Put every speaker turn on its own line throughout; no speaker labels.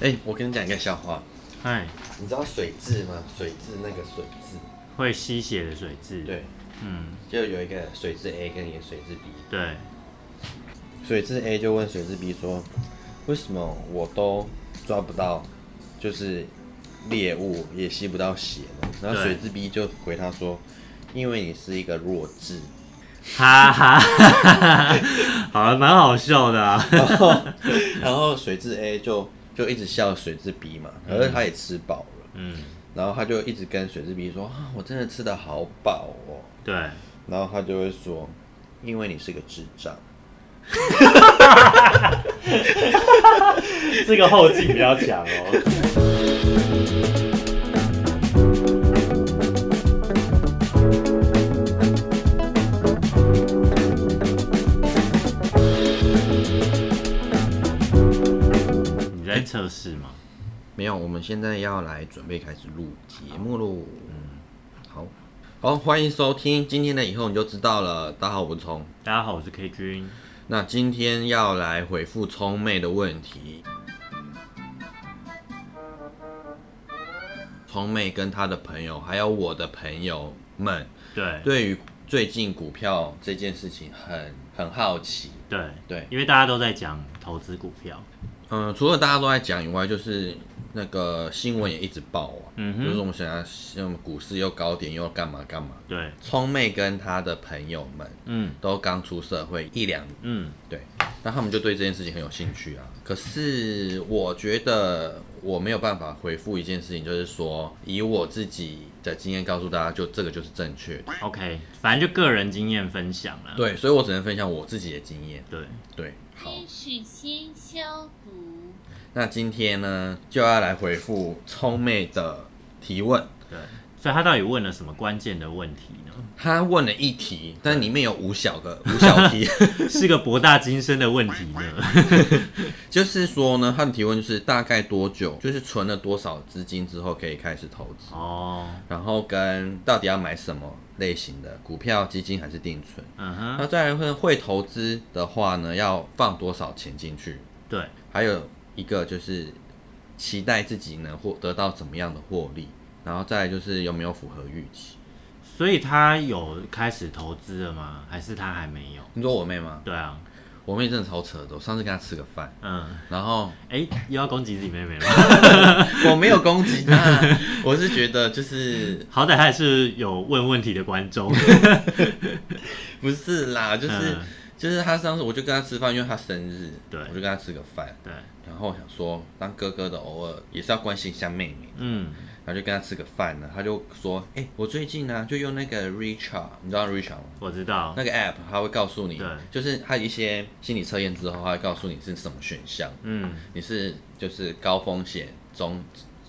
哎、我跟你讲一个笑话，
哎，
你知道水蛭吗？水蛭那个水蛭，
会吸血的水蛭。，
对，
嗯，
就有一个水蛭 A 跟一个水蛭 B，
对，
水蛭 A 就问水蛭 B 说，为什么我都抓不到，就是猎物也吸不到血呢？然后水
对
蛭 B 就回他说，因为你是一个弱智。
哈哈，哈哈好了，蛮好笑的啊。
然后，然后水蛭 A 就就一直笑水蛭 B 嘛，可是他也吃饱了，
嗯，
然后他就一直跟水蛭 B 说啊，我真的吃的好饱哦。
对，
然后他就会说，因为你是个智障。
这个后劲比较强哦。你在测试吗？
没有，我们现在要来准备开始录节目喽。嗯，好，好，欢迎收听今天的以后你就知道了。大家好，我是聪。
大家好，我是 K 君。
那今天要来回复聪妹的问题。聪妹跟她的朋友，还有我的朋友们，
对
对于最近股票这件事情很很好奇。
对
对，
因为大家都在讲投资股票。
嗯、除了大家都在讲以外，就是那个新闻也一直报啊，
嗯
就是我们想要，像股市又高点又干嘛干嘛。
对，
聪妹跟她的朋友们
嗯
都刚出社会一两年，
嗯，
对，那他们就对这件事情很有兴趣啊。可是我觉得我没有办法回复一件事情，就是说以我自己的经验告诉大家，就这个就是正确的。
OK，反正就个人经验分享啦。
对，所以我只能分享我自己的经验。
对，
对，好，
知识先消毒。
那今天呢就要来回复聪妹的提问。
对，所以他到底问了什么关键的问题呢？
他问了一题，但里面有五小个五小题，
是个博大精深的问题呢？
就是说呢，他的提问就是大概多久，就是存了多少资金之后可以开始投资，
哦，
然后跟到底要买什么类型的股票、基金还是定存。
嗯哼，
那再来会会投资的话呢，要放多少钱进去？
对，
还有一个就是期待自己能获得到怎么样的获利，然后再来就是有没有符合预期。
所以他有开始投资了吗？还是他还没有？
你说我妹吗？
对啊，
我妹真的超扯的，我上次跟她吃个饭，
嗯，
然后
哎，又要攻击自己妹妹了。
我没有攻击他，我是觉得就是
好歹他也是有问问题的观众，
不是啦，就是、
嗯
就是他上次我就跟他吃饭，因为他生日，
对
我就跟他吃个饭，
对，
然后我想说当哥哥的偶尔也是要关心一下妹妹，
嗯，
然后就跟他吃个饭呢，他就说，哎、我最近呢、就用那个 Richard，你知道 Richard 吗？
我知道，
那个 app 它会告诉你
哦对，
就是它一些心理测验之后，它会告诉你是什么选项，
嗯，
你是就是高风险、中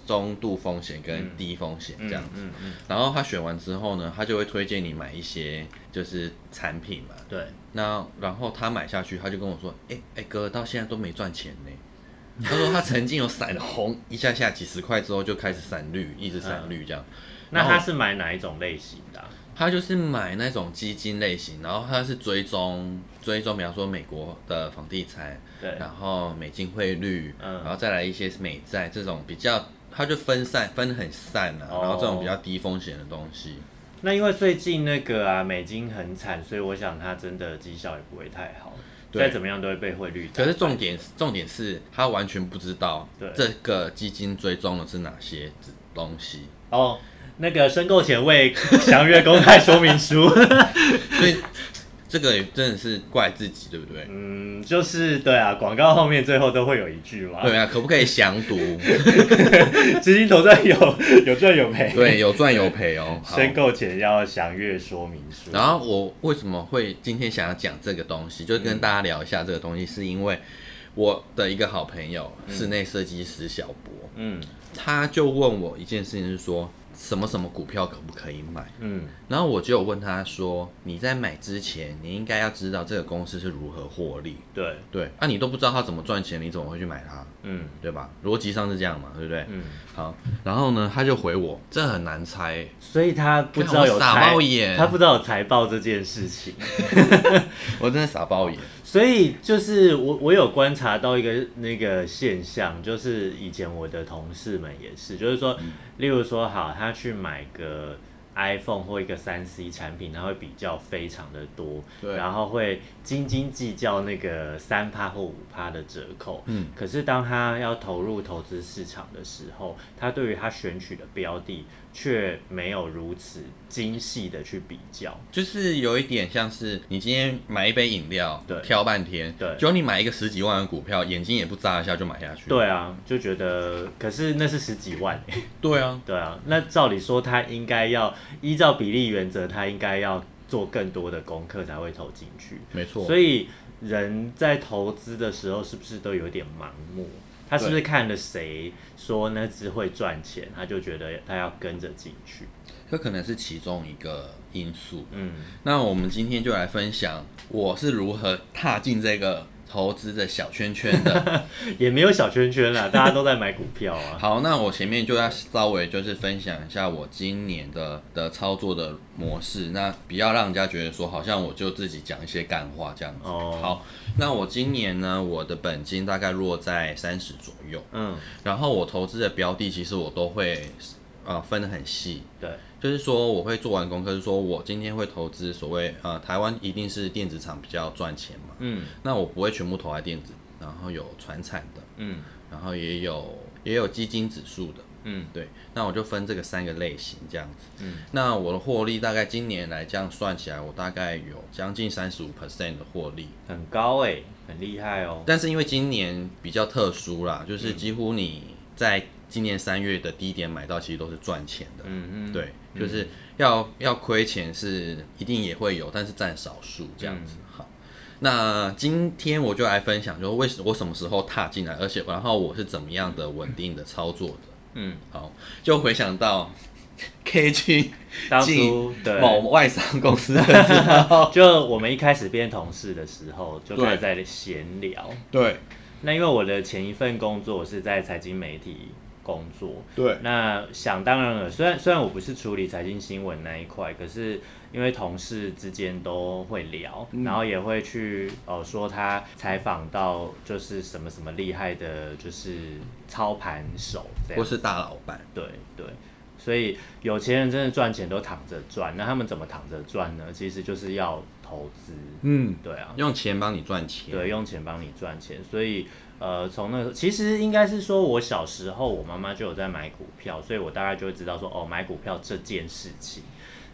中度风险跟低风险这样子。
嗯嗯，
然后他选完之后呢，他就会推荐你买一些就是产品嘛。
对，
那然后他买下去，他就跟我说：“哎、哎、哥，到现在都没赚钱呢。”他说他曾经有闪红一下下几十块之后就开始闪绿，一直闪绿这样。
那
然
他
后
是买哪一种类型的啊、
他就是买那种基金类型，然后他是追踪追踪，比方说美国的房地产，
对，
然后美金汇率，
嗯
然后再来一些美债这种比较，他就分散分得很散啊，
哦
然后这种比较低风险的东西。
那因为最近那个啊，美金很惨，所以我想它真的绩效也不会太好，
对
再怎么样都会被汇率打。
可是重点重点是他完全不知道
对
这个基金追踪的是哪些东西，
哦，那个申购前未详阅公开说明书，
所以这个也真的是怪自己，对不对？
嗯，就是对啊，广告后面最后都会有一句嘛，
对啊，可不可以详 读？
资金投赚有 有赚有赔，
对，有赚有赔哦。好。
申购前要详阅说明书。
然后我为什么会今天想要讲这个东西，就
嗯
跟大家聊一下这个东西，是因为我的一个好朋友，室内设计师小博，
嗯
他就问我一件事情，是说什么什么股票可不可以买？
嗯，
然后我就有问他说，你在买之前，你应该要知道这个公司是如何获利。
对，
对，那、你都不知道它怎么赚钱，你怎么会去买它？
嗯
对吧？逻辑上是这样嘛，对不对？
嗯，
好，然后呢，他就回我，这很难
嗯
猜欸、
所以他不知道有
看我傻
财
猫眼
他不知道有财报这件事情。
我真的傻爆眼。
所以就是我我有观察到一个那个现象，就是以前我的同事们也是，就是说，例如说好，他去买个 iPhone 或一个三 C 产品，他会比较非常的多，
对啊
然后会斤斤计较那个三趴或五趴的折扣，
嗯，
可是当他要投入投资市场的时候，他对于他选取的标的却没有如此精细的去比较，
就是有一点像是你今天买一杯饮料，
对
挑半天，
对
结果你买一个十几万的股票，眼睛也不眨一下就买下去。，
对啊，就觉得可是那是十几万、
对啊，
对啊，那照理说，他应该要依照比例原则，他应该要做更多的功课才会投进去。
没错。
所
以
以人在投资的时候，是不是都有点盲目？他是不是看了谁说那只会赚钱，他就觉得他要跟着进去？
这可能是其中一个因素。
嗯，
那我们今天就来分享我是如何踏进这个投资的小圈圈的。
也没有小圈圈啦，大家都在买股票啊。
好，那我前面就要稍微就是分享一下我今年的的操作的模式，那不要让人家觉得说好像我就自己讲一些干话这样子。
哦
好，那我今年呢，我的本金大概落在三十左右，
嗯，
然后我投资的标的其实我都会呃分得很细，
对，
就是说我会做完功课，就是说我今天会投资所谓呃台湾一定是电子厂比较赚钱嘛，
嗯
那我不会全部投在电子，然后有船产的，
嗯
然后也有也有基金指数的，
嗯
对，那我就分这个三个类型这样子。
嗯，
那我的获利大概今年来这样算起来，我大概有将近三十五 percent 的获利。
很高哎、很厉害哦。
但是因为今年比较特殊
嗯
啦，就是几乎你在今年三月的低点买到，其实都是赚钱的。
嗯嗯，
对，就是要要亏钱是一定也会有，但是占少数这样
嗯
子。好，那今天我就来分享，就是为什我什么时候踏进来，而且然后我是怎么样的稳定的操作的。
嗯，
好，就回想到 K 君
当初
进
对
某外商公司的 时候，
就我们一开始变同事的时候，就开始在闲聊。
对
那因为我的前一份工作我是在财经媒体工作，
对
那想当然了，虽然虽然我不是处理财经新闻那一块，可是因为同事之间都会聊，
嗯
然后也会去哦、呃说他采访到就是什么什么厉害的，就是操盘手这样
或。是大老板。
对对，所以有钱人真的赚钱都躺着赚，那他们怎么躺着赚呢？其实就是要投资，
嗯，
对啊，
用钱帮你赚钱。
对，用钱帮你赚钱。所以呃，从那个其实应该是说，我小时候我妈妈就有在买股票，所以我大概就会知道说，哦，买股票这件事情。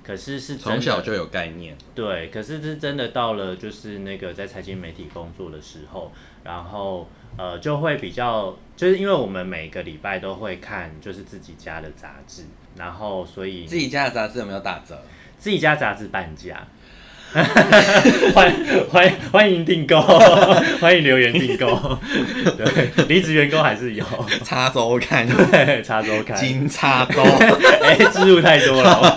可是是真的
从小就有概念。
对，可是是真的到了就是那个在财经媒体工作的时候，然后呃就会比较，就是因为我们每个礼拜都会看就是自己家的杂志，然后所以
自己家的杂志有没有打 折？
自己家杂志半价。 欢欢欢迎订购， 欢迎留言订购。对，离职员工还是有，
插周看，
对，查周刊。
金插 周。
哎、植入太多了。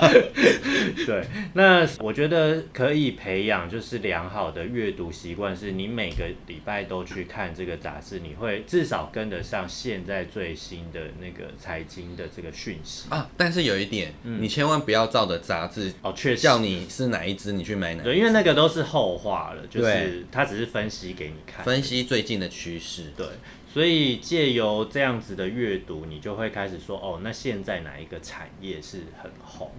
对，那我觉得可以培养就是良好的阅读习惯，是你每个礼拜都去看这个杂志，你会至少跟得上现在最新的那个财经的这个讯息。
啊，但是有一点，
嗯
你千万不要照着杂志
哦，确实
叫。你是哪一支，你去买哪
对，
一
因
支。
为那个都是后话了，就
对
是他只是分析给你看。
分析最近的趋势，
对，所以借由这样子的阅读，你就会开始说，哦，那现在哪一个产业是很红？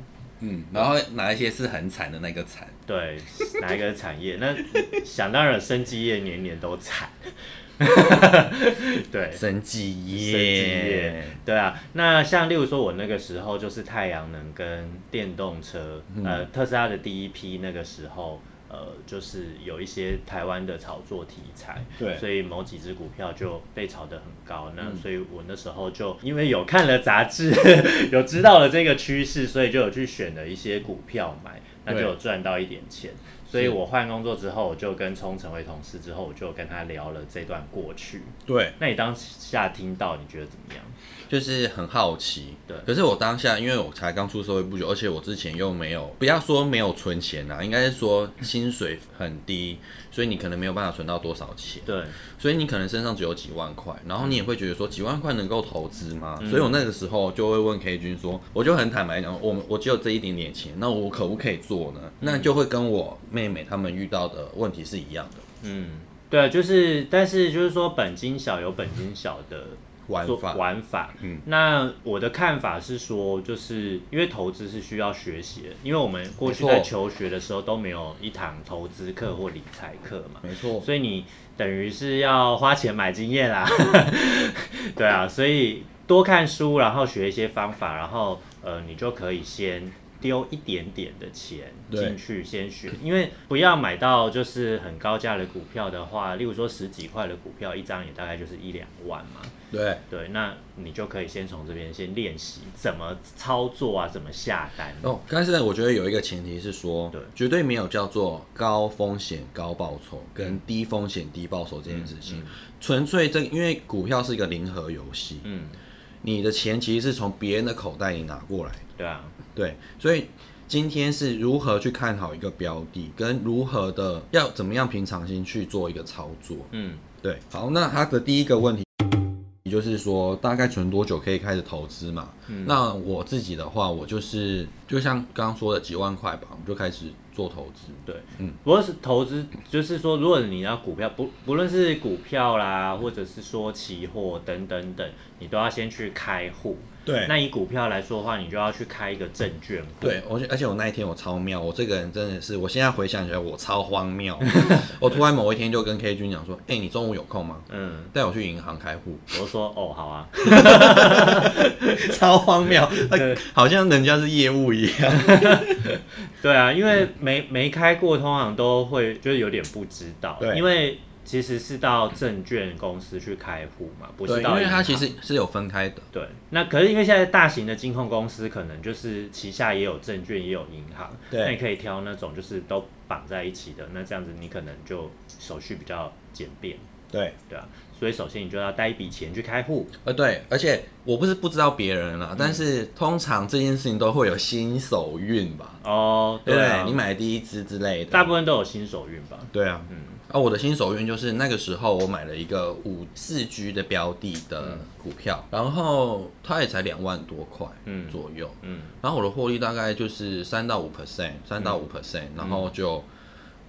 嗯，然后哪一些是很惨的那个惨，
对，哪一个产业？那想当然，生技业年年都惨。 对，
生技
生技业，对啊。那像例如说，我那个时候就是太阳能跟电动车，
嗯
呃，特斯拉的第一批那个时候。呃，就是有一些台湾的炒作题材，
对嗯
所以某几只股票就被炒得很高。那所以我那时候就因为有看了杂志， 有知道了这个趋势，所以就有去选了一些股票买，那就
对
有赚到一点钱。所以
是
我换工作之后，我就跟冲成为同事之后，我就跟他聊了这段过去。
对，
那你当下听到，你觉得怎么样？
就是很好奇。
对
可是我当下因为我才刚出社会不久，而且我之前又没有，不要说没有存钱啊啦，应该是说薪水很低，所以你可能没有办法存到多少钱。
对，
所以你可能身上只有几万块，然后你也会觉得说几万块能够投资吗？
嗯
所以我那个时候就会问 K 君
嗯
说，我就很坦白讲，我我只有这一点点钱，那我可不可以做呢？那就会跟我妹妹她们遇到的问题是一样的
嗯，对，就是，但是就是说，本金小有本金小的
玩
做
法。
玩法，
嗯
那我的看法是说，就是因为投资是需要学习的，因为我们过去
没错
在求学的时候都没有一堂投资课或理财课嘛，
没错，
所以你等于是要花钱买经验啦。 对啊，所以多看书，然后学一些方法，然后呃，你就可以先丢一点点的钱
对
进去先学，因为不要买到就是很高价的股票的话，例如说十几块的股票，一张也大概就是一两万嘛。
对，
对，那你就可以先从这边先练习怎么操作啊，怎么下单。
哦，但是我觉得有一个前提是说，
对
绝对没有叫做高风险高报酬跟低风险低报酬这件事
嗯
情，纯粹这因为股票是一个零和游戏，
嗯，
你的钱其实是从别人的口袋里拿过来的，
对啊，
对，所以今天是如何去看好一个标的，跟如何的要怎么样平常心去做一个操作，
嗯
对，好，那他的第一个问题就是说，大概存多久可以开始投资嘛？那我自己的话，我就是就像刚刚说的几万块吧，我们就开始做投资。
对，
嗯
不过是投资，就是说，如果你要股票，不不论是股票啦，或者是说期货等等等，你都要先去开户。
对
那以股票来说的话，你就要去开一个证券户。
对，而且而且我那一天我超妙，我这个人真的是，我现在回想起来我超荒谬。我突然某一天就跟 K 君讲说，哎、你中午有空吗？
嗯，
带我去银行开户，
我就说哦，好啊，
超荒谬，那
对
好像人家是业务一样。
对啊，因为没没开过，通常都会就是有点不知道，
对
因为其实是到证券公司去开户嘛，不
对，
是
因
到
为
银
它
行
其实是有分开的。
对，那可是因为现在大型的金控公司可能就是旗下也有证券也有银行，
对
那你可以挑那种就是都绑在一起的，那这样子你可能就手续比较简便，
对，
对啊，所以首先你就要带一笔钱去开户，
呃，对，而且我不是不知道别人
嗯
啦，但是通常这件事情都会有新手运吧，
哦，
对不对？
啊，
你买第一支之类的，
大部分都有新手运吧，
对啊，
嗯
啊，我的新手运就是那个时候我买了一个五四 G 的标的的股票，然后它也才两万多块
嗯
左右，
嗯
然后我的获利大概就是三到五 percent，三到五
嗯
percent，然后就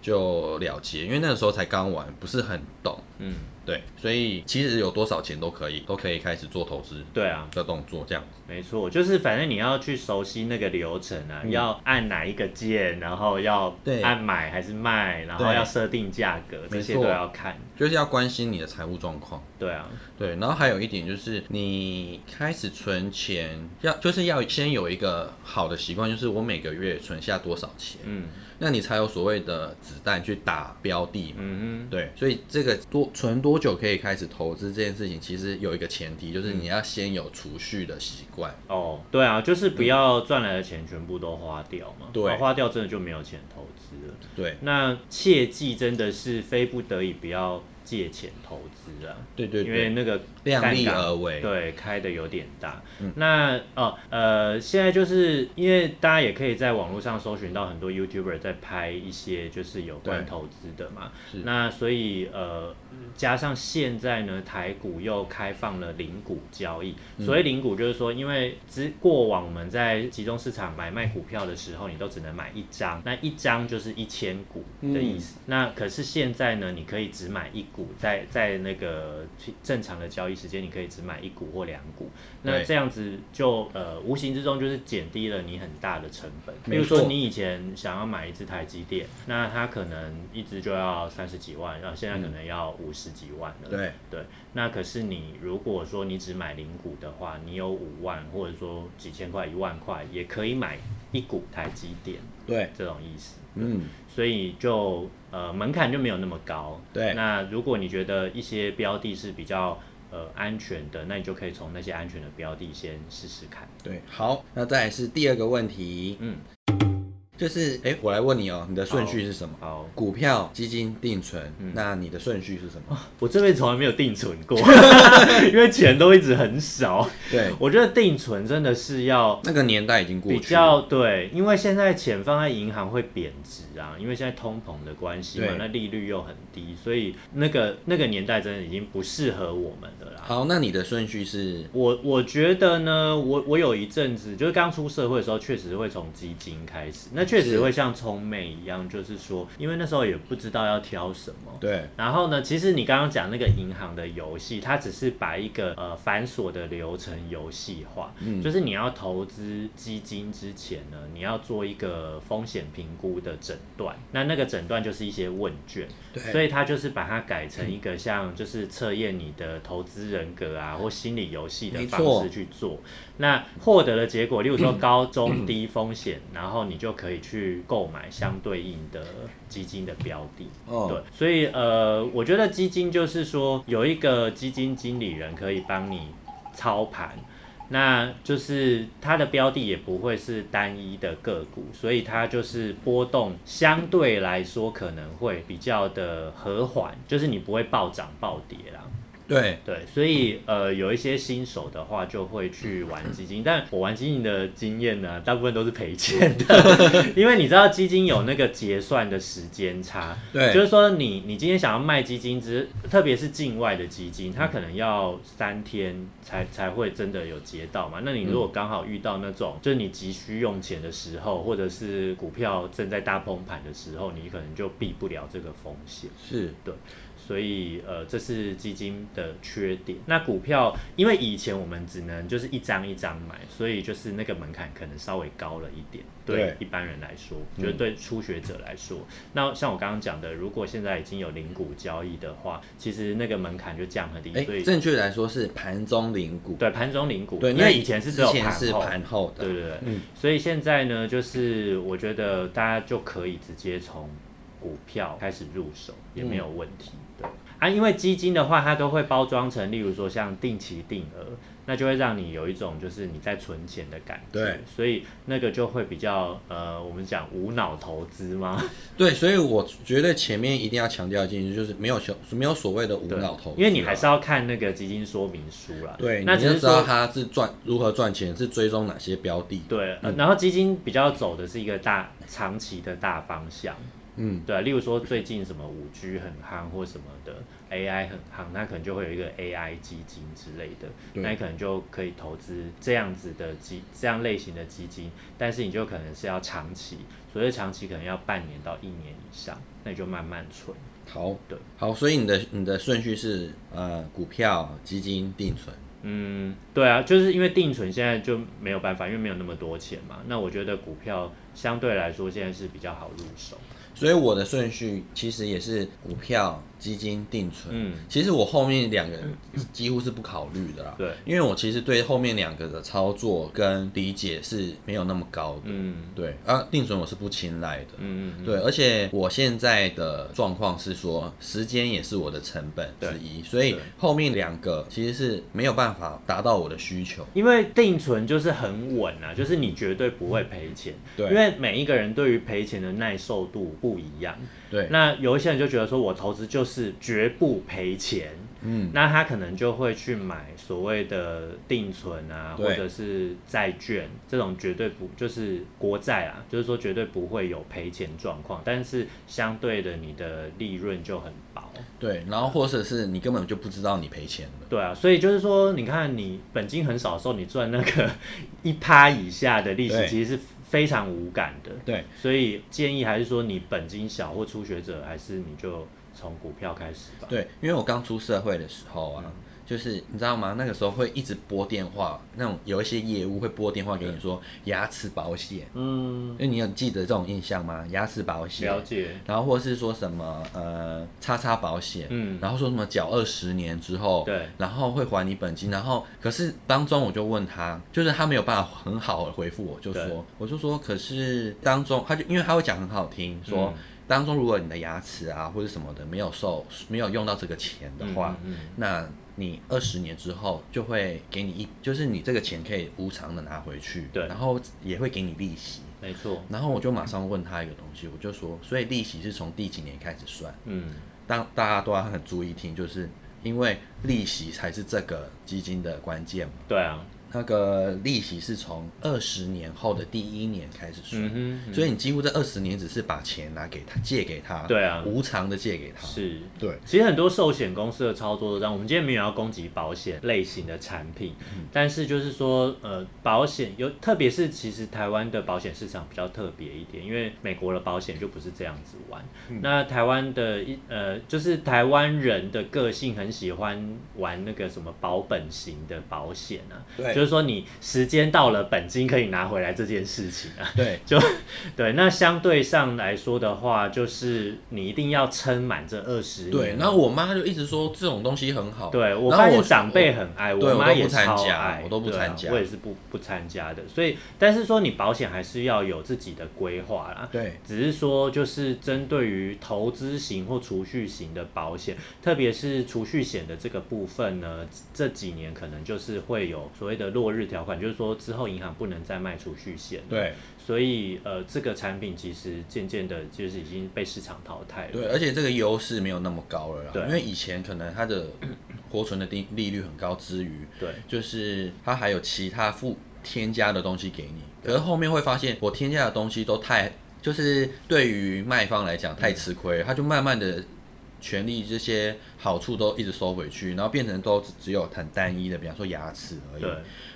就了结，因为那个时候才刚玩，不是很懂，
嗯，
对，所以其实有多少钱都可以，都可以开始做投资
对啊，
的动作这样。
没错，就是反正你要去熟悉那个流程啊，要按哪一个键，然后要
嗯对
按买还是卖，然后
对
要设定价格，这
没
些
错
都要看，
就是要关心你的财务状况。
对啊，
对，然后还有一点就是，你开始存钱，要就是要先有一个好的习惯，就是我每个月存下多少钱，
嗯
那你才有所谓的子弹去打标的嘛。
嗯哼。
对，所以这个多存多久可以开始投资这件事情，其实有一个前提，就是你要先有储蓄的习惯。
哦，对啊，就是不要赚来的钱全部都花掉嘛，
嗯对
啊花掉真的就没有钱投资了。
对，
那切记真的是非不得已不要借钱投资啊，
对对
因为
对，
那个
量力
尴尬
而为。
对，开的有点大。
嗯
那哦呃，现在就是因为大家也可以在网络上搜寻到很多 YouTuber 在拍一些就是有关
对
投资的嘛
是。
那所以呃，加上现在呢，台股又开放了零股交易。
嗯
所谓零股，就是说，因为之过往我们在集中市场买卖股票的时候，你都只能买一张，那一张就是一千股的意
嗯
思。那可是现在呢，你可以只买一股，在在那个正常的交易时间，你可以只买一股或两股。那
对
这样子就呃，无形之中就是减低了你很大的成本。比
没
如说
错
你以前想要买一只台积电，那它可能一只就要三十几万，然后现在可能要五十几万了。
嗯对
对，那可是你如果说你只买零股的话，你有五万或者说几千块、一万块，也可以买一股台积电
对，
这种意思。
嗯，
所以就呃门槛就没有那么高。
对
那如果你觉得一些标的是比较呃安全的，那你就可以从那些安全的标的先试试看。
对。好，那再来是第二个问题，
嗯，
就是哎，我来问你哦，你的顺序是什么？
好，
股票、基金、定存，
嗯
那你的顺序是什么？
我这辈子从来没有定存 过，因为钱都一直很少。
对，
我觉得定存真的是要
那个年代已经过去
比
了，
较对，因为现在钱放在银行会贬值啊，因为现在通膨的关系嘛
对，
那利率又很低，所以那个那个年代真的已经不适合我们的啦。
好。那你的顺序是
我我觉得呢，我我有一阵子就是刚出社会的时候，确实会从基金开始。那确实
是
会像聪妹一样，就是说，因为那时候也不知道要挑什么。
对，
然后呢，其实你刚刚讲那个银行的游戏，它只是把一个呃繁琐的流程游戏化，
嗯
就是你要投资基金之前呢，你要做一个风险评估的诊断，那那个诊断就是一些问卷，
对
所以它就是把它改成一个像就是测验你的投资人格啊或心理游戏的
哎没
方
错
式去做。那获得的结果，例如说高 中低风险，然后你就可以去购买相对应的基金的标的。对
哦，，
所以呃，我觉得基金就是说有一个基金经理人可以帮你操盘，那就是它的标的也不会是单一的个股，所以它就是波动相对来说可能会比较的和缓，就是你不会暴涨暴跌啦。
对，
对，所以呃，有一些新手的话就会去玩基金，但我玩基金的经验呢，大部分都是赔钱的， 因为你知道基金有那个结算的时间差，
对
就是说你你今天想要卖基金之，特别是境外的基金，它可能要三天才才会真的有结到嘛，那你如果刚好遇到那种、就是你急需用钱的时候，或者是股票正在大崩盘的时候，你可能就避不了这个风险。
是，
所以呃，这是基金的缺点。那股票，因为以前我们只能就是一张一张买，所以就是那个门槛可能稍微高了一点，对
对
一般人来说，
嗯
就是对初学者来说。那像我刚刚讲的，如果现在已经有零股交易的话，其实那个门槛就降很低，
哎
所，以
正确来说是盘中领股，
对盘中零股，
对，
因为以前是只
之
有
前是
后。
盘后的，嗯
对对对，所以现在呢，就是我觉得大家就可以直接从股票开始入手，也没有问题的、啊。因为基金的话，它都会包装成，例如说像定期定额，那就会让你有一种就是你在存钱的感觉。
对，
所以那个就会比较呃，我们讲无脑投资嘛，
对，所以我觉得前面一定要强调一件事，就是没有所没有所谓的无
对
脑投资啊，
因为你还是要看那个基金说明书啦。
对，
那
你
只
就是知
说
道他是赚如何赚钱，是追踪哪些标的，
对、
嗯
呃然后基金比较走的是一个大长期的大方向，
嗯，
对啊、例如说最近什么五 G 很夯或什么的，AI 很夯，那可能就会有一个 AI 基金之类的，
对
那你可能就可以投资这样子的基这样类型的基金，但是你就可能是要长期，所谓长期可能要半年到一年以上，那你就慢慢存。
好，
对，
好，所以你的你的顺序是呃股票、基金、定存，
嗯，对啊，就是因为定存现在就没有办法，因为没有那么多钱嘛。那我觉得股票相对来说现在是比较好入手。
所以我的顺序其实也是股票、基金、定存。
嗯，
其实我后面两个几乎是不考虑的啦，
对，
因为我其实对后面两个的操作跟理解是没有那么高的，
嗯
对，啊，定存我是不青睐的，
嗯嗯，
对，而且我现在的状况是说，时间也是我的成本之一，所以
对
后面两个其实是没有办法达到我的需求。
因为定存就是很稳啊，就是你绝对不会赔钱。
对
因为每一个人对于赔钱的耐受度不一样。
对，
那有一些人就觉得说我投资就是绝不赔钱，
嗯，
那他可能就会去买所谓的定存啊，
对
或者是债券这种绝对不就是国债啊，就是说绝对不会有赔钱状况，但是相对的你的利润就很薄。
对，然后或者是你根本就不知道你赔钱了。
对啊，所以就是说，你看你本金很少的时候，你赚那个 一趴以下的利息，
对
其实是非常无感的。
对，
所以建议还是说，你本金小或初学者，还是你就从股票开始吧。
对，因为我刚出社会的时候啊，就是你知道吗？那个时候会一直拨电话，那种有一些业务会拨电话给你说牙齿保险，
嗯，
因为你有记得这种印象吗？牙齿保险，
了解。
然后或是说什么呃叉叉保险，
嗯
然后说什么缴二十年之后，
对
然后会还你本金，然后可是当中我就问他，就是他没有办法很好的回复我，就
对
说我就说可是当中他就因为他会讲很好听，说、
嗯
当中如果你的牙齿啊或者什么的没有受没有用到这个钱的话，
嗯嗯
那你二十年之后就会给你一，就是你这个钱可以无偿的拿回去，
对
然后也会给你利息，
没错。
然后我就马上问他一个东西，我就说，所以利息是从第几年开始算？
嗯，
当大家都要很注意听，就是因为利息才是这个基金的关键嘛。
对啊，
那个利息是从二十年后的第一年开始算，
嗯哼，
所以你几乎这二十年只是把钱拿给他借给他，
对啊
无偿的借给他，
是。
对，
其实很多寿险公司的操作都这样。我们今天没有要攻击保险类型的产品，
嗯
但是就是说，呃，保险有，特别是其实台湾的保险市场比较特别一点，因为美国的保险就不是这样子玩。
嗯
那台湾的一呃，就是台湾人的个性很喜欢玩那个什么保本型的保险啊，
对
就是说你时间到了，本金可以拿回来这件事情啊。
对，
就对，那相对上来说的话，就是你一定要撑满这二十年。
对。然后我妈就一直说这种东西很好，
对我
然后
发现
我
长辈啊很爱，
对我
妈
都
也
不参
超
加
爱，
我都不
对啊
参加
我也是不不参加的。所以，但是说你保险还是要有自己的规划啦。
对
只是说，就是针对于投资型或储蓄型的保险，特别是储蓄险的这个部分呢，这几年可能就是会有所谓的落日条款，就是说之后银行不能再卖储蓄险了。
对
所以呃，这个产品其实渐渐的，就是已经被市场淘汰了。
对，而且这个优势没有那么高了啦，
对
因为以前可能它的 活存的利利率很高之余，
对
就是它还有其他附添加的东西给你，可是后面会发现我添加的东西都太，就是对于卖方来讲太吃亏了，他就慢慢的权利这些好处都一直收回去，然后变成都只只有很单一的，比方说牙齿而已，
对，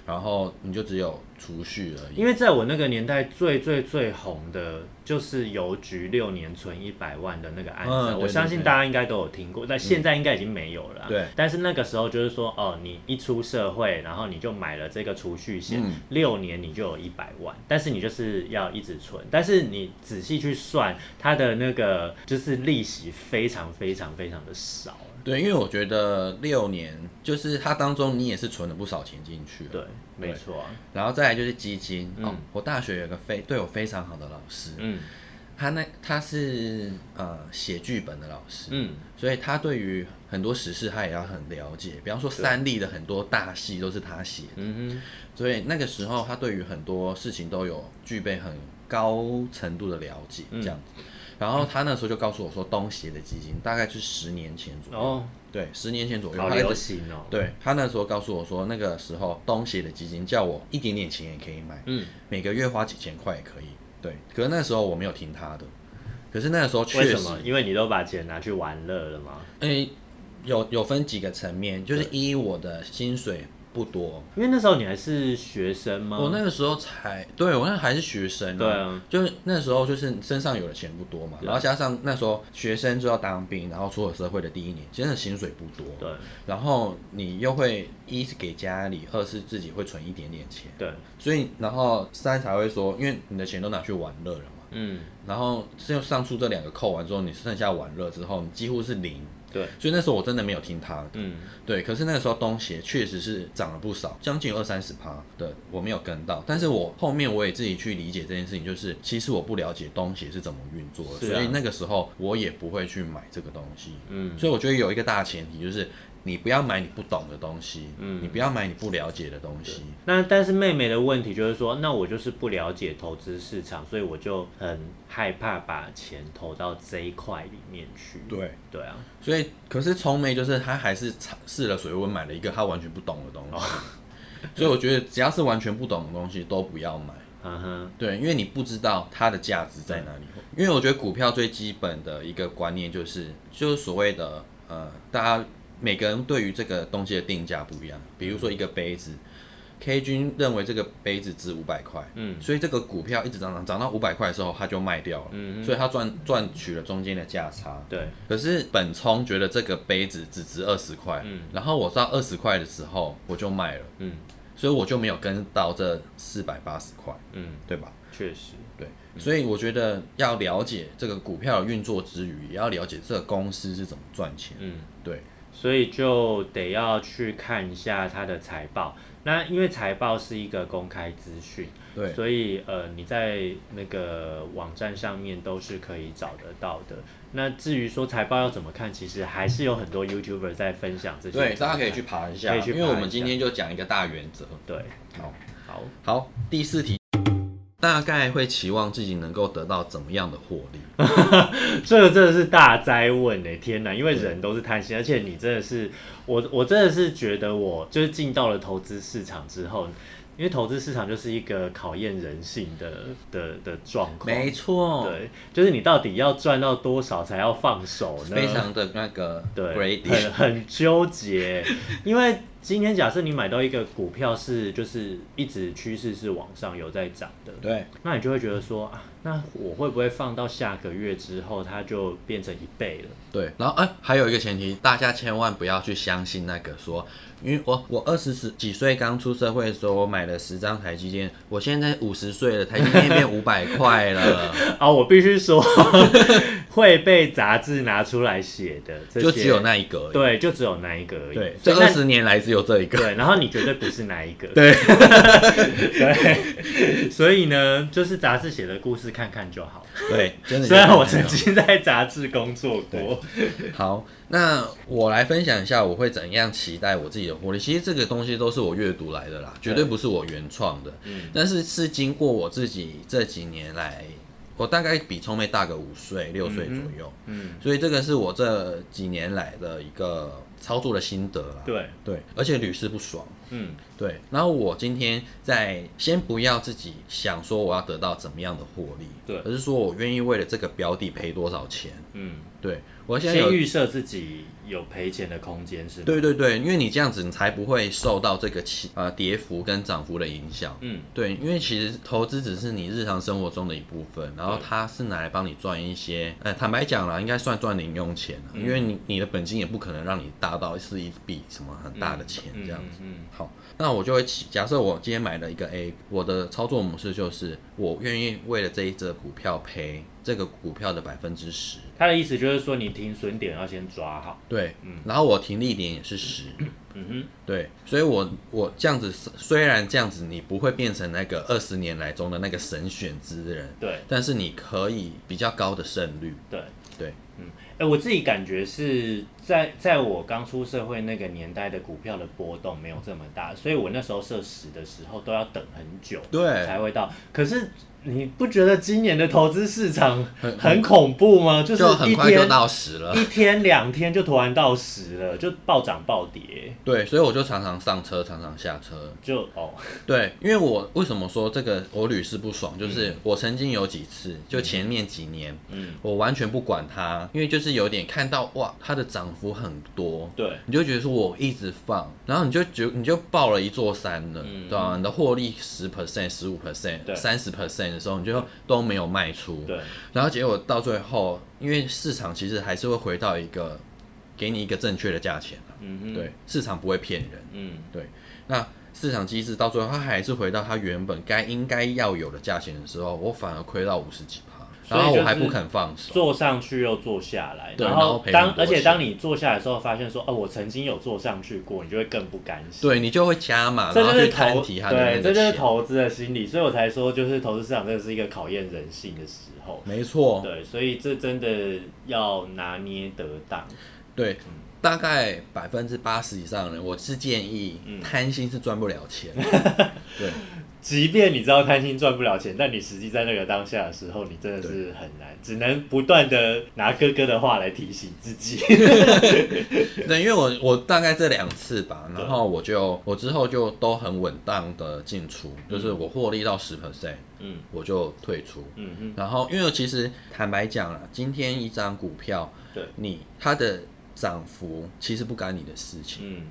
然后你就只有储蓄而已，
因为在我那个年代最最最红的就是邮局六年存一百万的那个案子啊，
嗯对
我相信
对对嗯
大家应该都有听过，但现在应该已经没有了啊、
对
但是那个时候就是说，哦，你一出社会，然后你就买了这个储蓄险
嗯，
六、年你就有一百万，但是你就是要一直存，但是你仔细去算，它的那个就是利息非常非常非常的少啊。
对，因为我觉得六年就是它当中你也是存了不少钱进去了，
对，没错啊、
然后再来就是基金，
嗯
哦，我大学有个非对我非常好的老师，
嗯
他那他是呃写剧本的老师，
嗯，
所以他对于很多时事他也要很了解。比方说三立的很多大戏都是他写，
嗯
所以那个时候他对于很多事情都有具备很高程度的了解，
嗯
这样子。然后他那时候就告诉我说，东协的基金大概是十年前左
哼，
右，
哦，
对，十年前左右，
好
他一
流
直
行哦，
对他那时候告诉我说，那个时候东协的基金叫我一点点钱也可以买，
嗯，
每个月花几千块也可以。对，可是那时候我没有听他的，可是那时候确
为
实
什，么？因为你都把钱拿去玩乐了吗？
诶、有有分几个层面，就是一我的薪水不多，
因为那时候你还是学生吗？
我那个时候才，对哦我那还是学生、
嗯对啊，
就是那时候就是身上有的钱不多嘛，
对
然后加上那时候学生就要当兵，然后出了社会的第一年，真的薪水不多，
对
然后你又会一是给家里，二是自己会存一点点钱，
对，
所以然后三才会说，因为你的钱都拿去玩乐了嘛。
嗯
然后就上述这两个扣完之后，你剩下玩乐之后，你几乎是零。
对，
所以那时候我真的没有听他的，
嗯
对。可是那个时候东协确实是涨了不少，将近二三十趴的，我没有跟到。但是我后面我也自己去理解这件事情，就是其实我不了解东协是怎么运作的，
是啊
所以那个时候我也不会去买这个东西。
嗯
所以我觉得有一个大前提就是，你不要买你不懂的东西，
嗯
你不要买你不了解的东西。
那但是妹妹的问题就是说，那我就是不了解投资市场，所以我就很害怕把钱投到这一块里面去。
对，
对啊，
所以，可是聪梅就是他还是尝试了水温，买了一个他完全不懂的东西。所以我觉得只要是完全不懂的东西都不要买，
嗯哼，
对，因为你不知道它的价值在哪里。因为我觉得股票最基本的一个观念就是，就是所谓的呃，大家每个人对于这个东西的定价不一样。比如说一个杯子，K 君认为这个杯子值五百块，
嗯
所以这个股票一直涨涨涨到五百块的时候，他就卖掉了，
嗯
所以他赚赚取了中间的价差，
对，
可是本聪觉得这个杯子只值二十块，
嗯
然后我到二十块的时候我就卖了，
嗯
所以我就没有跟到这四百八十块，
嗯，
对吧？
确实，
对，所以我觉得要了解这个股票的运作之余，也要了解这个公司是怎么赚钱。
嗯。
对，
所以就得要去看一下它的财报。那因为财报是一个公开资讯，
对
所以呃你在那个网站上面都是可以找得到的。那至于说财报要怎么看，其实还是有很多 YouTuber 在分享这些。
对，大家可以去。爬一下，
可以去爬一下
因为我们今天就讲一个大原则。
对，
好，
好。
好，第四题。大概会期望自己能够得到怎么样的获 利？
哦这个真的是大灾问哎、天哪！因为人都是贪心，而且你真的是我，我真的是觉得我就是进到了投资市场之后，因为投资市场就是一个考验人性的的的状况。
没错，
对，就是你到底要赚到多少才要放手呢？
非常的那个
对，
Grady，
很很纠结， 因为今天假设你买到一个股票是就是一直趋势是往上有在涨的，
对，
那你就会觉得说啊，那我会不会放到下个月之后它就变成一倍了？
对，然后哎、还有一个前提，大家千万不要去相信那个说，因为我我二十十几岁刚出社会的时候，我买了十张台积电，我现在五十岁了，台积电变五百块 了，
啊，我必须说 会被杂志拿出来写的，这
就
些
只有那一个而已。
对，就只有那一个而已。
对，
所
这
以
二
那
十年来只有这一个。
对，然后你绝对不是那一个。
对
对，所以呢，就是杂志写的故事看看就好。
对，真的。
虽然我曾经在杂志工作过，
好，那我来分享一下我会怎样期待我自己的获利。其实这个东西都是我阅读来的啦，绝对不是我原创的，
嗯
但是是经过我自己这几年来，我大概比聪妹大个五岁六岁左右，
嗯，
所以这个是我这几年来的一个操作的心得啦。
对，
对，而且屡试不爽。
嗯
对，然后我今天在先不要自己想说我要得到怎么样的获利，
对
而是说我愿意为了这个标的赔多少钱。
嗯，
对我现在有
先预设自己有赔钱的空间是吗？
对，对对，因为你这样子，你才不会受到这个起呃跌幅跟涨幅的影响。
嗯
对，因为其实投资只是你日常生活中的一部分，然后
对
它是拿来帮你赚一些，呃，坦白讲啦，应该算赚零用钱啦
嗯
因为你你的本金也不可能让你大到是一笔什么很大的钱
嗯
这样子。
嗯
好，那我就会起，假设我今天买了一个 A，我的操作模式就是我愿意为了这一只股票赔这个股票的百分之十，
他的意思就是说，你停损点要先抓好。
对，
嗯
然后我停利点也是十。
嗯哼，
对，所以我我这样子，虽然这样子你不会变成那个二十年来中的那个神选之人，
对
但是你可以比较高的胜率。
对。
对，
哎、我自己感觉是在在我刚出社会那个年代的股票的波动没有这么大，所以我那时候设十的时候都要等很久，
对
才会到。可是你不觉得今年的投资市场很恐怖吗？就是
就很
一
快就
天
到十了。
一天两天就突然到十了，就暴涨暴跌，
对，所以我就常常上车，常常下车。
就哦，
对，因为我为什么说这个我屡试不爽，就是我曾经有几次，就前面几年，
嗯，
我完全不管它，因为就是有点看到哇，它的涨幅很多，
对，
你就觉得说我一直放，然后你就觉你就爆了一座山了，
嗯
对吧、你的获利十 percent、十五 percent、
对
三十 percent 的时候，你就都没有卖出，
对，
然后结果到最后，因为市场其实还是会回到一个给你一个正确的价钱啊
嗯哼，，
对，市场不会骗人，
嗯，
那。市场机制到最后，它还是回到它原本该应该要有的价钱的时候，我反而亏到五十几趴，
所以
然后
就
我
是
还不肯放手。
坐上去又坐下来，
对然后
后
赔
当
很多
而且
钱
当你坐下来的时候，发现说哦，我曾经有坐上去过，你就会更不甘心。
对你就会加码，
这
然
就
后
是
去
投
摊提它的那
对，
个
这就是
钱
投资的心理，所以我才说，就是投资市场真的是一个考验人性的时候。
没错，
对，所以这真的要拿捏得当。
对，
嗯
大概百分之八十以上的人，我是建议
嗯
贪心是赚不了 钱。对
即便你知道贪心赚不了钱，但你实际在那个当下的时候，你真的是很难，只能不断的拿哥哥的话来提醒自己。
对，因为我我大概这两次吧，
对
然后我就我之后就都很稳当的进出，就是我获利到十 percent
嗯
我就退出。
嗯嗯，
然后因为其实坦白讲啦，今天一张股票，
对，
你它的涨幅其实不干你的事情，
嗯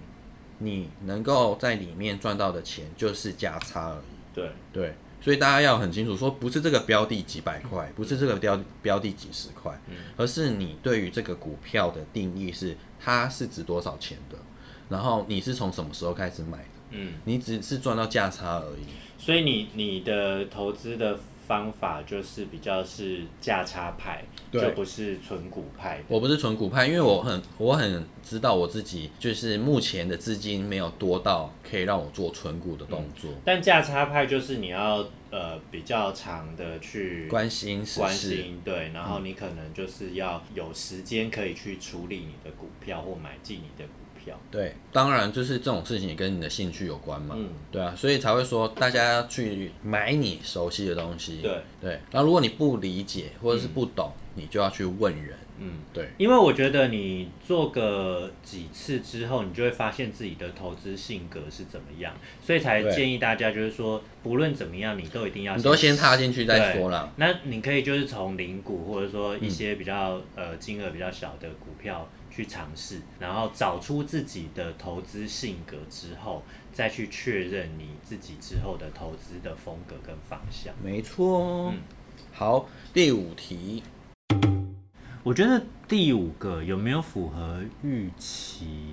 你能够在里面赚到的钱就是价差而已。
嗯对，
对，所以大家要很清楚，说不是这个标的几百块，不是这个标标的几十块，
嗯
而是你对于这个股票的定义是它是值多少钱的，然后你是从什么时候开始买的，
嗯，
你只是赚到价差而已。
所以你你的投资的方法就是比较是价差派，
对
就不是纯股派。
我不是纯股派，因为我很我很知道我自己就是目前的资金没有多到可以让我做纯股的动作，
但价差派就是你要呃比较长的去
关心时
嗯关嗯
事。
心，对，然后你可能就是要有时间可以去处理你的股票或买进你的股票。
对，当然就是这种事情也跟你的兴趣有关嘛。
嗯，
对啊，所以才会说大家去买你熟悉的东西。
对
对，那如果你不理解或者是不懂，你就要去问人。
嗯，
对，
因为我觉得你做个几次之后，你就会发现自己的投资性格是怎么样，所以才
对
建议大家就是说，不论怎么样，你都一定要
你都先踏进去再
对
说啦。
那你可以就是从零股或者说一些比较、呃金额比较小的股票去尝试，然后找出自己的投资性格之后，再去确认你自己之后的投资的风格跟方向。
没错哦。
嗯
好，第五题，
我觉得第五个有没有符合预期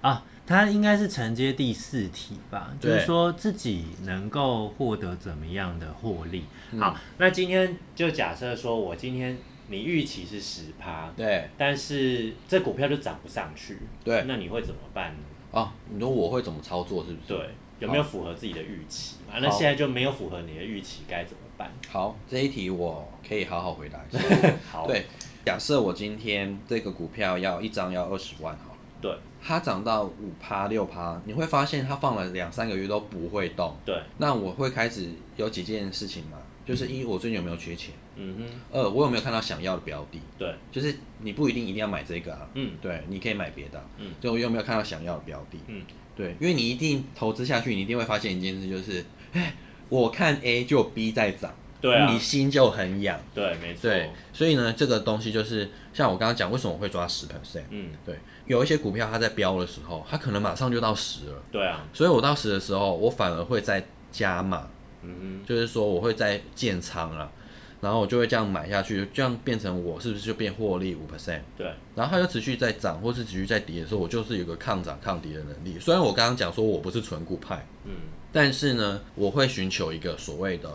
啊？它应该是承接第四题吧，就
对
是说自己能够获得怎么样的获利。
嗯
好，那今天就假设说我今天你预期是十趴，
对
但是这股票就涨不上去，
对
那你会怎么办呢？
哦，你说我会怎么操作是不是？
对，有没有符合自己的预期嘛？那
好
现在就没有符合你的预期，该怎么办？
好，这一题我可以好好回答一下。
好，
对，假设我今天这个股票要一张要二十万好了，
对
它涨到五趴六趴，你会发现它放了两三个月都不会动。
对，
那我会开始有几件事情嘛，就是一我最近有没有缺钱，
嗯哼，
二我有没有看到想要的标的，
对，
就是你不一定一定要买这个啊，
嗯
对，你可以买别的、啊，
嗯
就我有没有看到想要的标的，
嗯，
对，因为你一定投资下去，你一定会发现一件事，就是，哎，我看 A 就有 B 在涨，
对啊
你心就很痒，
对，没错，
对，所以呢，这个东西就是像我刚刚讲，为什么我会抓十 percent，
嗯，
对，有一些股票它在飙的时候，它可能马上就到十了，
对啊，
所以我到十的时候，我反而会再加码，
嗯
就是说我会再建仓啊，然后我就会这样买下去，这样变成我是不是就变获利五 percent？
哼，对，
然后它就持续在涨，或是持续在跌的时候，我就是有个抗涨抗跌的能力。虽然我刚刚讲说我不是纯股派，
嗯
但是呢，我会寻求一个所谓的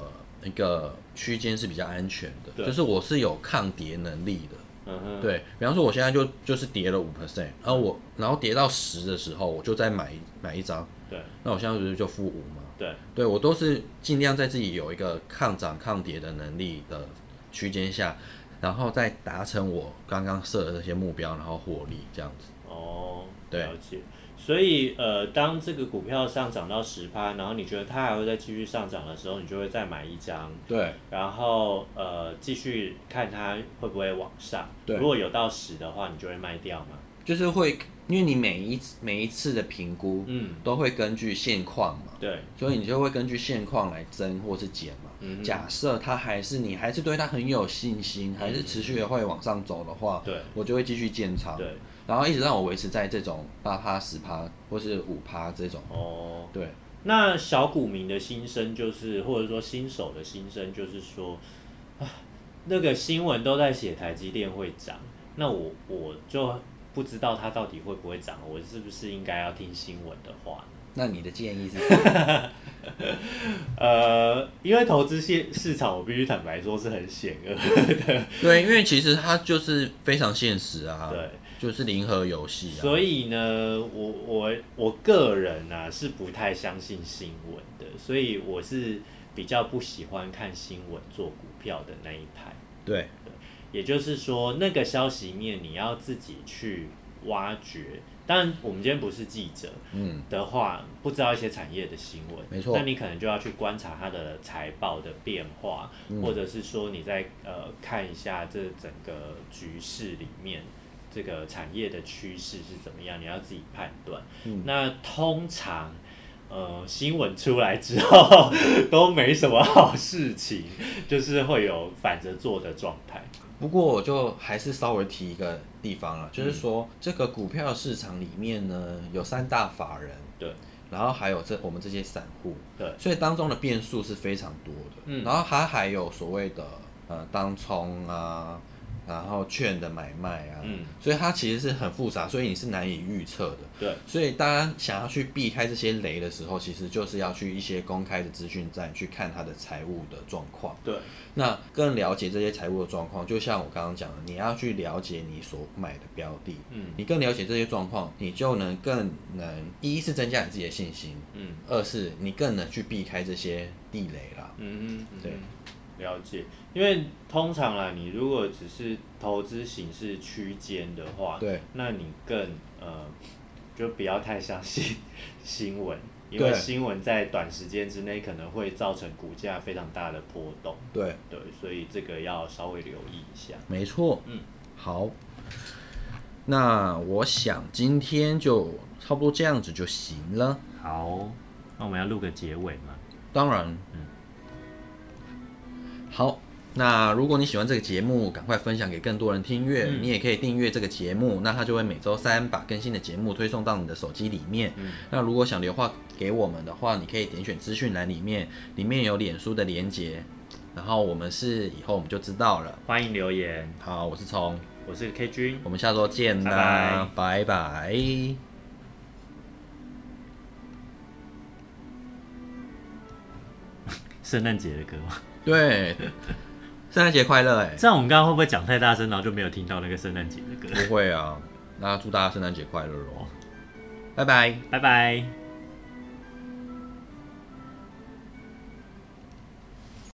一个区间是比较安全的，
对
就是我是有抗跌能力的。
嗯哼，
对比方说，我现在就就是跌了五 percent，然后我然后跌到十的时候，我就再买一买一张，
对
那我现在不是就负五吗？
对，
对我都是尽量在自己有一个抗涨抗跌的能力的区间下，然后再达成我刚刚设的这些目标，然后获利这样子。
哦，
对
了解。所以呃，当这个股票上涨到十趴，然后你觉得它还会再继续上涨的时候，你就会再买一张，
对
然后呃继续看它会不会往上。
对
如果有到十的话，你就会卖掉嘛。
就是会，因为你每一次每一次的评估
嗯，
都会根据现况嘛，
对，
所以你就会根据现况来增或是减嘛。
嗯
假设它还是你还是对它很有信心，还
嗯
是持续的会往上走的话，
对
我就会继续建仓，
对，
然后一直让我维持在这种八趴、十趴或是五趴这种。
哦。
对，
那小股民的心声就是，或者说新手的心声就是说，啊，那个新闻都在写台积电会涨，那我我就不知道它到底会不会涨，我是不是应该要听新闻的话？
那你的建议是什 么？
呃，因为投资市市场，我必须坦白说是很险恶的，
对，因为其实它就是非常现实啊，
对，
就是零和游戏啊，
所以呢，我我我个人啊是不太相信新闻的，所以我是比较不喜欢看新闻做股票的那一派。
对
也就是说，那个消息面你要自己去挖掘。当然，我们今天不是记者
嗯，
的话，不知道一些产业的新闻，
没错
那你可能就要去观察它的财报的变化，
嗯
或者是说你在呃看一下这整个局势里面。这个产业的趋势是怎么样？你要自己判断。
嗯
那通常，呃，新闻出来之后 都没什么好事情，就是会有反着做的状态。
不过我就还是稍微提一个地方
嗯
啊，就是说、这个股票市场里面呢，有三大法人，
对，
然后还有这我们这些散户，
对，
所以当中的变数是非常多的。
嗯
然后它还有所谓的呃当冲啊，然后券的买卖啊，
嗯，
所以它其实是很复杂，所以你是难以预测的。
对，
所以大家想要去避开这些雷的时候，其实就是要去一些公开的资讯站去看它的财务的状况。
对，
那更了解这些财务的状况，就像我刚刚讲的，你要去了解你所买的标的，
嗯
你更了解这些状况，你就能更能一是增加你自己的信心，
嗯
二是你更能去避开这些地雷啦。
嗯嗯，
对
嗯，了解。因为通常啦，你如果只是投资型是区间的话，
对，
那你更呃就不要太相信新闻，因
对
为新闻在短时间之内可能会造成股价非常大的波动，
对，
对，所以这个要稍微留意一下。
没错。
嗯，
好。那我想今天就差不多这样子就行了。
好，那我们要录个结尾嘛？
当然，
嗯
好。那如果你喜欢这个节目，赶快分享给更多人听阅。
嗯
你也可以订阅这个节目，那它就会每周三把更新的节目推送到你的手机里面。
嗯
那如果想留话给我们的话，你可以点选资讯栏里面，里面有脸书的连接。然后我们是以后我们就知道了。
欢迎留言，
好，我是聪，
我是 K 君。
我们下周见啦，拜拜
圣诞节的歌吗？
对，圣诞节快乐哎！
这样我们刚刚会不会讲太大声，然后就没有听到那个圣诞节的歌？
哦不会啊，那祝大家圣诞节快乐喽，拜拜。
拜拜。